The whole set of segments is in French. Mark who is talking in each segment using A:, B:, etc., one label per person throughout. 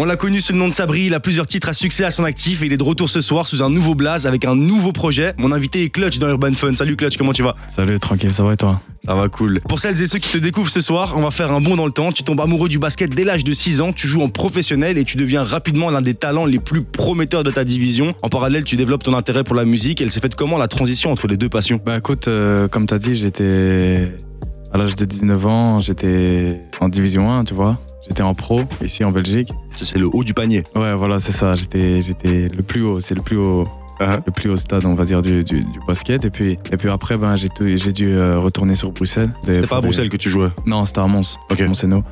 A: On l'a connu sous le nom de Sabri, il a plusieurs titres à succès à son actif et il est de retour ce soir sous un nouveau blaze avec un nouveau projet. Mon invité est Clutch dans Urban Fun. Salut Clutch, comment tu vas
B: Salut, tranquille, ça va et toi
A: Ça va cool. Pour celles et ceux qui te découvrent ce soir, on va faire un bond dans le temps. Tu tombes amoureux du basket dès l'âge de 6 ans, tu joues en professionnel et tu deviens rapidement l'un des talents les plus prometteurs de ta division. En parallèle, tu développes ton intérêt pour la musique. Elle s'est faite comment la transition entre les deux passions
B: Bah écoute, euh, comme t'as dit, j'étais à l'âge de 19 ans, j'étais en division 1, tu vois. J'étais en pro ici en Belgique.
A: Ça, C'est le haut du panier.
B: Ouais, voilà, c'est ça. J'étais, j'étais le plus haut, c'est le plus haut,
A: Ah.
B: le plus haut stade, on va dire, du, du, du basket. Et puis, et puis après, ben, j'ai, tout- j'ai dû euh, retourner sur Bruxelles.
A: C'était pas à Bruxelles que tu jouais.
B: Non, c'était à Mons,
A: Ok.
B: à Monseno.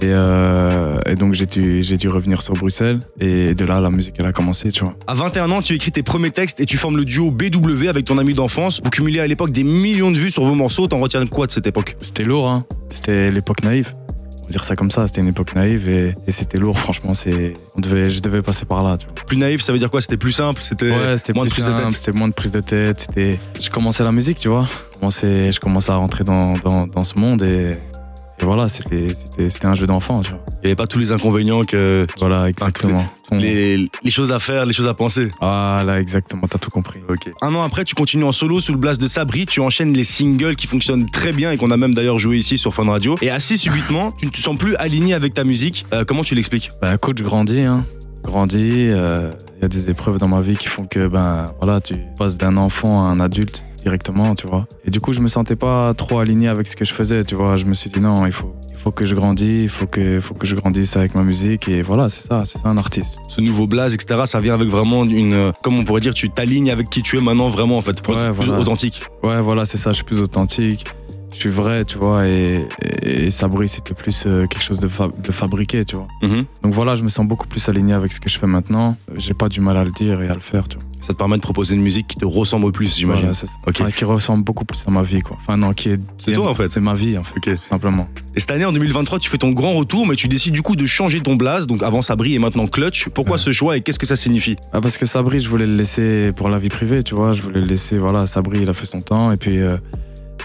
B: Et, euh, et donc j'ai dû, j'ai dû revenir sur Bruxelles. Et de là, la musique, elle a commencé, tu vois.
A: À 21 ans, tu écris tes premiers textes et tu formes le duo BW avec ton ami d'enfance. Vous cumulez à l'époque des millions de vues sur vos morceaux. T'en retiens quoi de cette époque
B: C'était lourd, hein. C'était l'époque naïve. On va dire ça comme ça, c'était une époque naïve et, et c'était lourd, franchement. C'est, on devait, je devais passer par là, tu vois.
A: Plus naïf, ça veut dire quoi C'était plus simple C'était
B: Ouais, c'était
A: moins de prise de
B: simple,
A: tête
B: C'était moins de prise de tête. C'était, je commençais la musique, tu vois. Je commençais, je commençais à rentrer dans, dans, dans ce monde et, et voilà, c'était, c'était, c'était un jeu d'enfant, tu vois.
A: Il n'y avait pas tous les inconvénients que.
B: Voilà, exactement.
A: Les, les choses à faire, les choses à penser.
B: Ah là, exactement, t'as tout compris.
A: Ok. Un an après, tu continues en solo sous le blast de Sabri. Tu enchaînes les singles qui fonctionnent très bien et qu'on a même d'ailleurs joué ici sur Fun Radio. Et assez subitement, tu ne te sens plus aligné avec ta musique. Euh, comment tu l'expliques
B: Bah écoute, je grandis, hein. Je grandis, euh, il y a des épreuves dans ma vie qui font que ben voilà, tu passes d'un enfant à un adulte directement, tu vois. Et du coup, je me sentais pas trop aligné avec ce que je faisais, tu vois. Je me suis dit non, il faut il faut que je grandisse, il faut que faut que je grandisse avec ma musique et voilà, c'est ça, c'est ça un artiste.
A: Ce nouveau blast, etc. Ça vient avec vraiment une. euh, Comme on pourrait dire, tu t'alignes avec qui tu es maintenant vraiment en fait. Pour
B: Ouais,
A: être plus
B: voilà.
A: authentique.
B: Ouais, voilà, c'est ça, je suis plus authentique. Je suis vrai, tu vois, et, et, et Sabri, c'était plus euh, quelque chose de, fa- de fabriqué, tu vois.
A: Mhm.
B: Donc voilà, je me sens beaucoup plus aligné avec ce que je fais maintenant. J'ai pas du mal à le dire et à le faire, tu vois.
A: Ça te permet de proposer une musique qui te ressemble plus, j'imagine.
B: Voilà, c'est ça.
A: Ok.
B: Ouais, qui ressemble beaucoup plus à ma vie, quoi. Enfin, non, qui est.
A: C'est toi, en fait.
B: C'est ma vie, en fait.
A: Ok.
B: Tout simplement.
A: Et cette année, en 2023, tu fais ton grand retour, mais tu décides du coup de changer ton blaze. Donc avant Sabri et maintenant Clutch. Pourquoi
B: Ouais.
A: ce choix et qu'est-ce que ça signifie
B: Ah, parce que Sabri, je voulais le laisser pour la vie privée, tu vois. Je voulais le laisser, voilà, Sabri, il a fait son temps. Et puis, euh,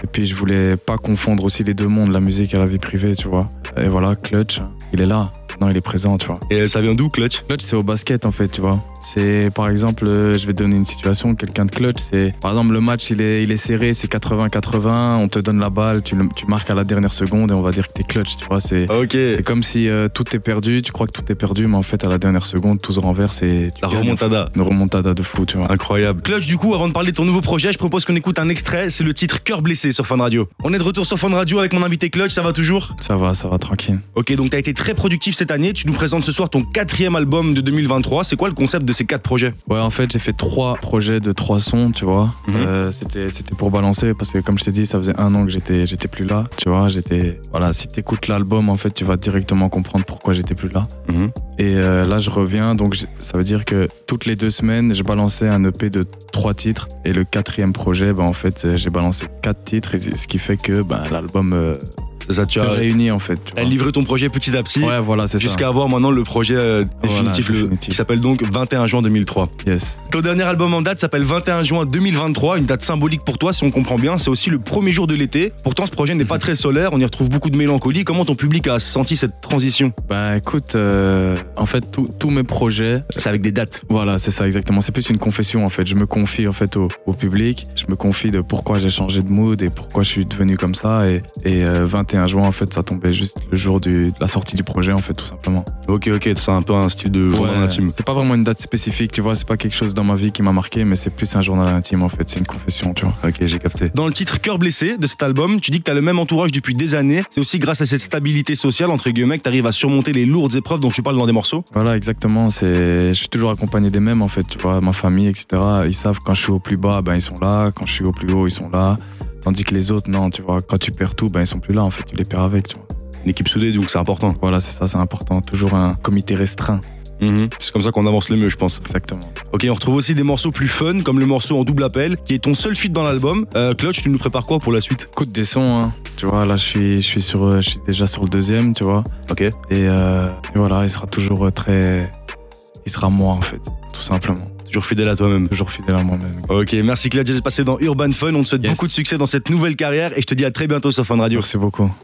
B: et puis je voulais pas confondre aussi les deux mondes, la musique et la vie privée, tu vois. Et voilà, Clutch, il est là. Non, il est présent, tu vois.
A: Et euh, ça vient d'où, Clutch
B: Clutch, c'est au basket, en fait, tu vois. C'est, par exemple, euh, je vais te donner une situation, quelqu'un de clutch, c'est, par exemple, le match, il est, il est serré, c'est 80-80, on te donne la balle, tu, le- tu marques à la dernière seconde et on va dire que t'es clutch, tu vois. C'est,
A: Ok.
B: C'est comme si euh, tout est perdu, tu crois que tout est perdu, mais en fait, à la dernière seconde, tout se renverse et tu
A: La
B: gagnes.
A: remontada.
B: Une remontada de fou, tu vois.
A: Incroyable. Clutch, du coup, avant de parler de ton nouveau projet, je propose qu'on écoute un extrait. C'est le titre Cœur blessé sur Fun Radio. On est de retour sur Fun Radio avec mon invité Clutch. Ça va toujours
B: Ça va, ça va, tranquille.
A: Ok, donc t'as été très productif cette année. Tu nous présentes ce soir ton quatrième album de 2023. C'est quoi le concept de ces quatre projets
B: Ouais, en fait, j'ai fait trois projets de trois sons, tu vois.
A: Mhm.
B: Euh, c'était, c'était pour balancer, parce que comme je t'ai dit, ça faisait un an que j'étais, j'étais plus là, tu vois. J'étais, voilà, si t'écoutes l'album, en fait, tu vas directement comprendre pourquoi j'étais plus là.
A: Mhm.
B: Et euh, là, je reviens, donc j- ça veut dire que toutes les deux semaines, je balançais un EP de trois titres. Et le quatrième projet, bah, en fait, euh, j'ai balancé quatre titres, et c'est- ce qui fait que bah, l'album euh,
A: C'est ça, tu
B: se
A: as,
B: réunit, en fait. tu
A: t'as
B: vois.
A: livré ton projet petit à petit.
B: Ouais, voilà, c'est ça.
A: Jusqu'à avoir maintenant le projet euh,
B: Voilà,
A: définitif, le-
B: définitif.
A: qui s'appelle donc 21 juin 2003.
B: Yes.
A: Ton dernier album en date s'appelle 21 juin 2023, une date symbolique pour toi si on comprend bien, c'est aussi le premier jour de l'été. Pourtant ce projet n'est pas très solaire, on y retrouve beaucoup de mélancolie. Comment ton public a senti cette transition
B: Bah écoute, euh, en fait, tous tous mes projets,
A: C'est avec des dates.
B: voilà, c'est ça exactement. C'est plus une confession, en fait. Je me confie, en fait, au, au public. Je me confie de pourquoi j'ai changé de mood et pourquoi je suis devenu comme ça. Et, et euh, 21 juin, en fait, ça tombait juste le jour du- de la sortie du projet, en fait, tout simplement.
A: Ok ok, c'est un peu un style de journal
B: Ouais,
A: intime.
B: C'est pas vraiment une date spécifique, tu vois, c'est pas quelque chose dans ma vie qui m'a marqué, mais c'est plus un journal intime en fait, c'est une confession, tu vois.
A: Ok, j'ai capté. Dans le titre Cœur blessé de cet album, tu dis que t'as le même entourage depuis des années. C'est aussi grâce à cette stabilité sociale, entre guillemets, que t'arrives à surmonter les lourdes épreuves dont tu parles dans des morceaux.
B: Voilà, exactement, c'est je suis toujours accompagné des mêmes en fait, tu vois, ma famille, etc. Ils savent quand je suis au plus bas, ben ils sont là, quand je suis au plus haut, ils sont là. Tandis que les autres, non, tu vois, quand tu perds tout, ben ils sont plus là en fait, tu les perds avec, tu vois.
A: Une équipe soudée, donc c'est important.
B: Voilà, c'est ça, c'est important, toujours un comité restreint, Mhm.
A: C'est comme ça qu'on avance le mieux, je pense.
B: exactement.
A: Ok, on retrouve aussi des morceaux plus fun, comme le morceau en double appel, qui est ton seul feat dans l'album. Euh, Clutch, tu nous prépares quoi pour la suite
B: Écoute des sons, hein. tu vois, là je suis, je suis sur, euh, je suis déjà sur le deuxième, tu vois.
A: Ok.
B: Et, euh, et voilà, il sera toujours euh, très, il sera moi en fait, tout simplement.
A: Toujours fidèle à toi-même.
B: toujours fidèle à moi-même.
A: Ok, merci Clutch d'être passé dans Urban Fun. On te souhaite
B: Yes.
A: beaucoup de succès dans cette nouvelle carrière et je te dis à très bientôt sur Fun Radio.
B: Merci beaucoup.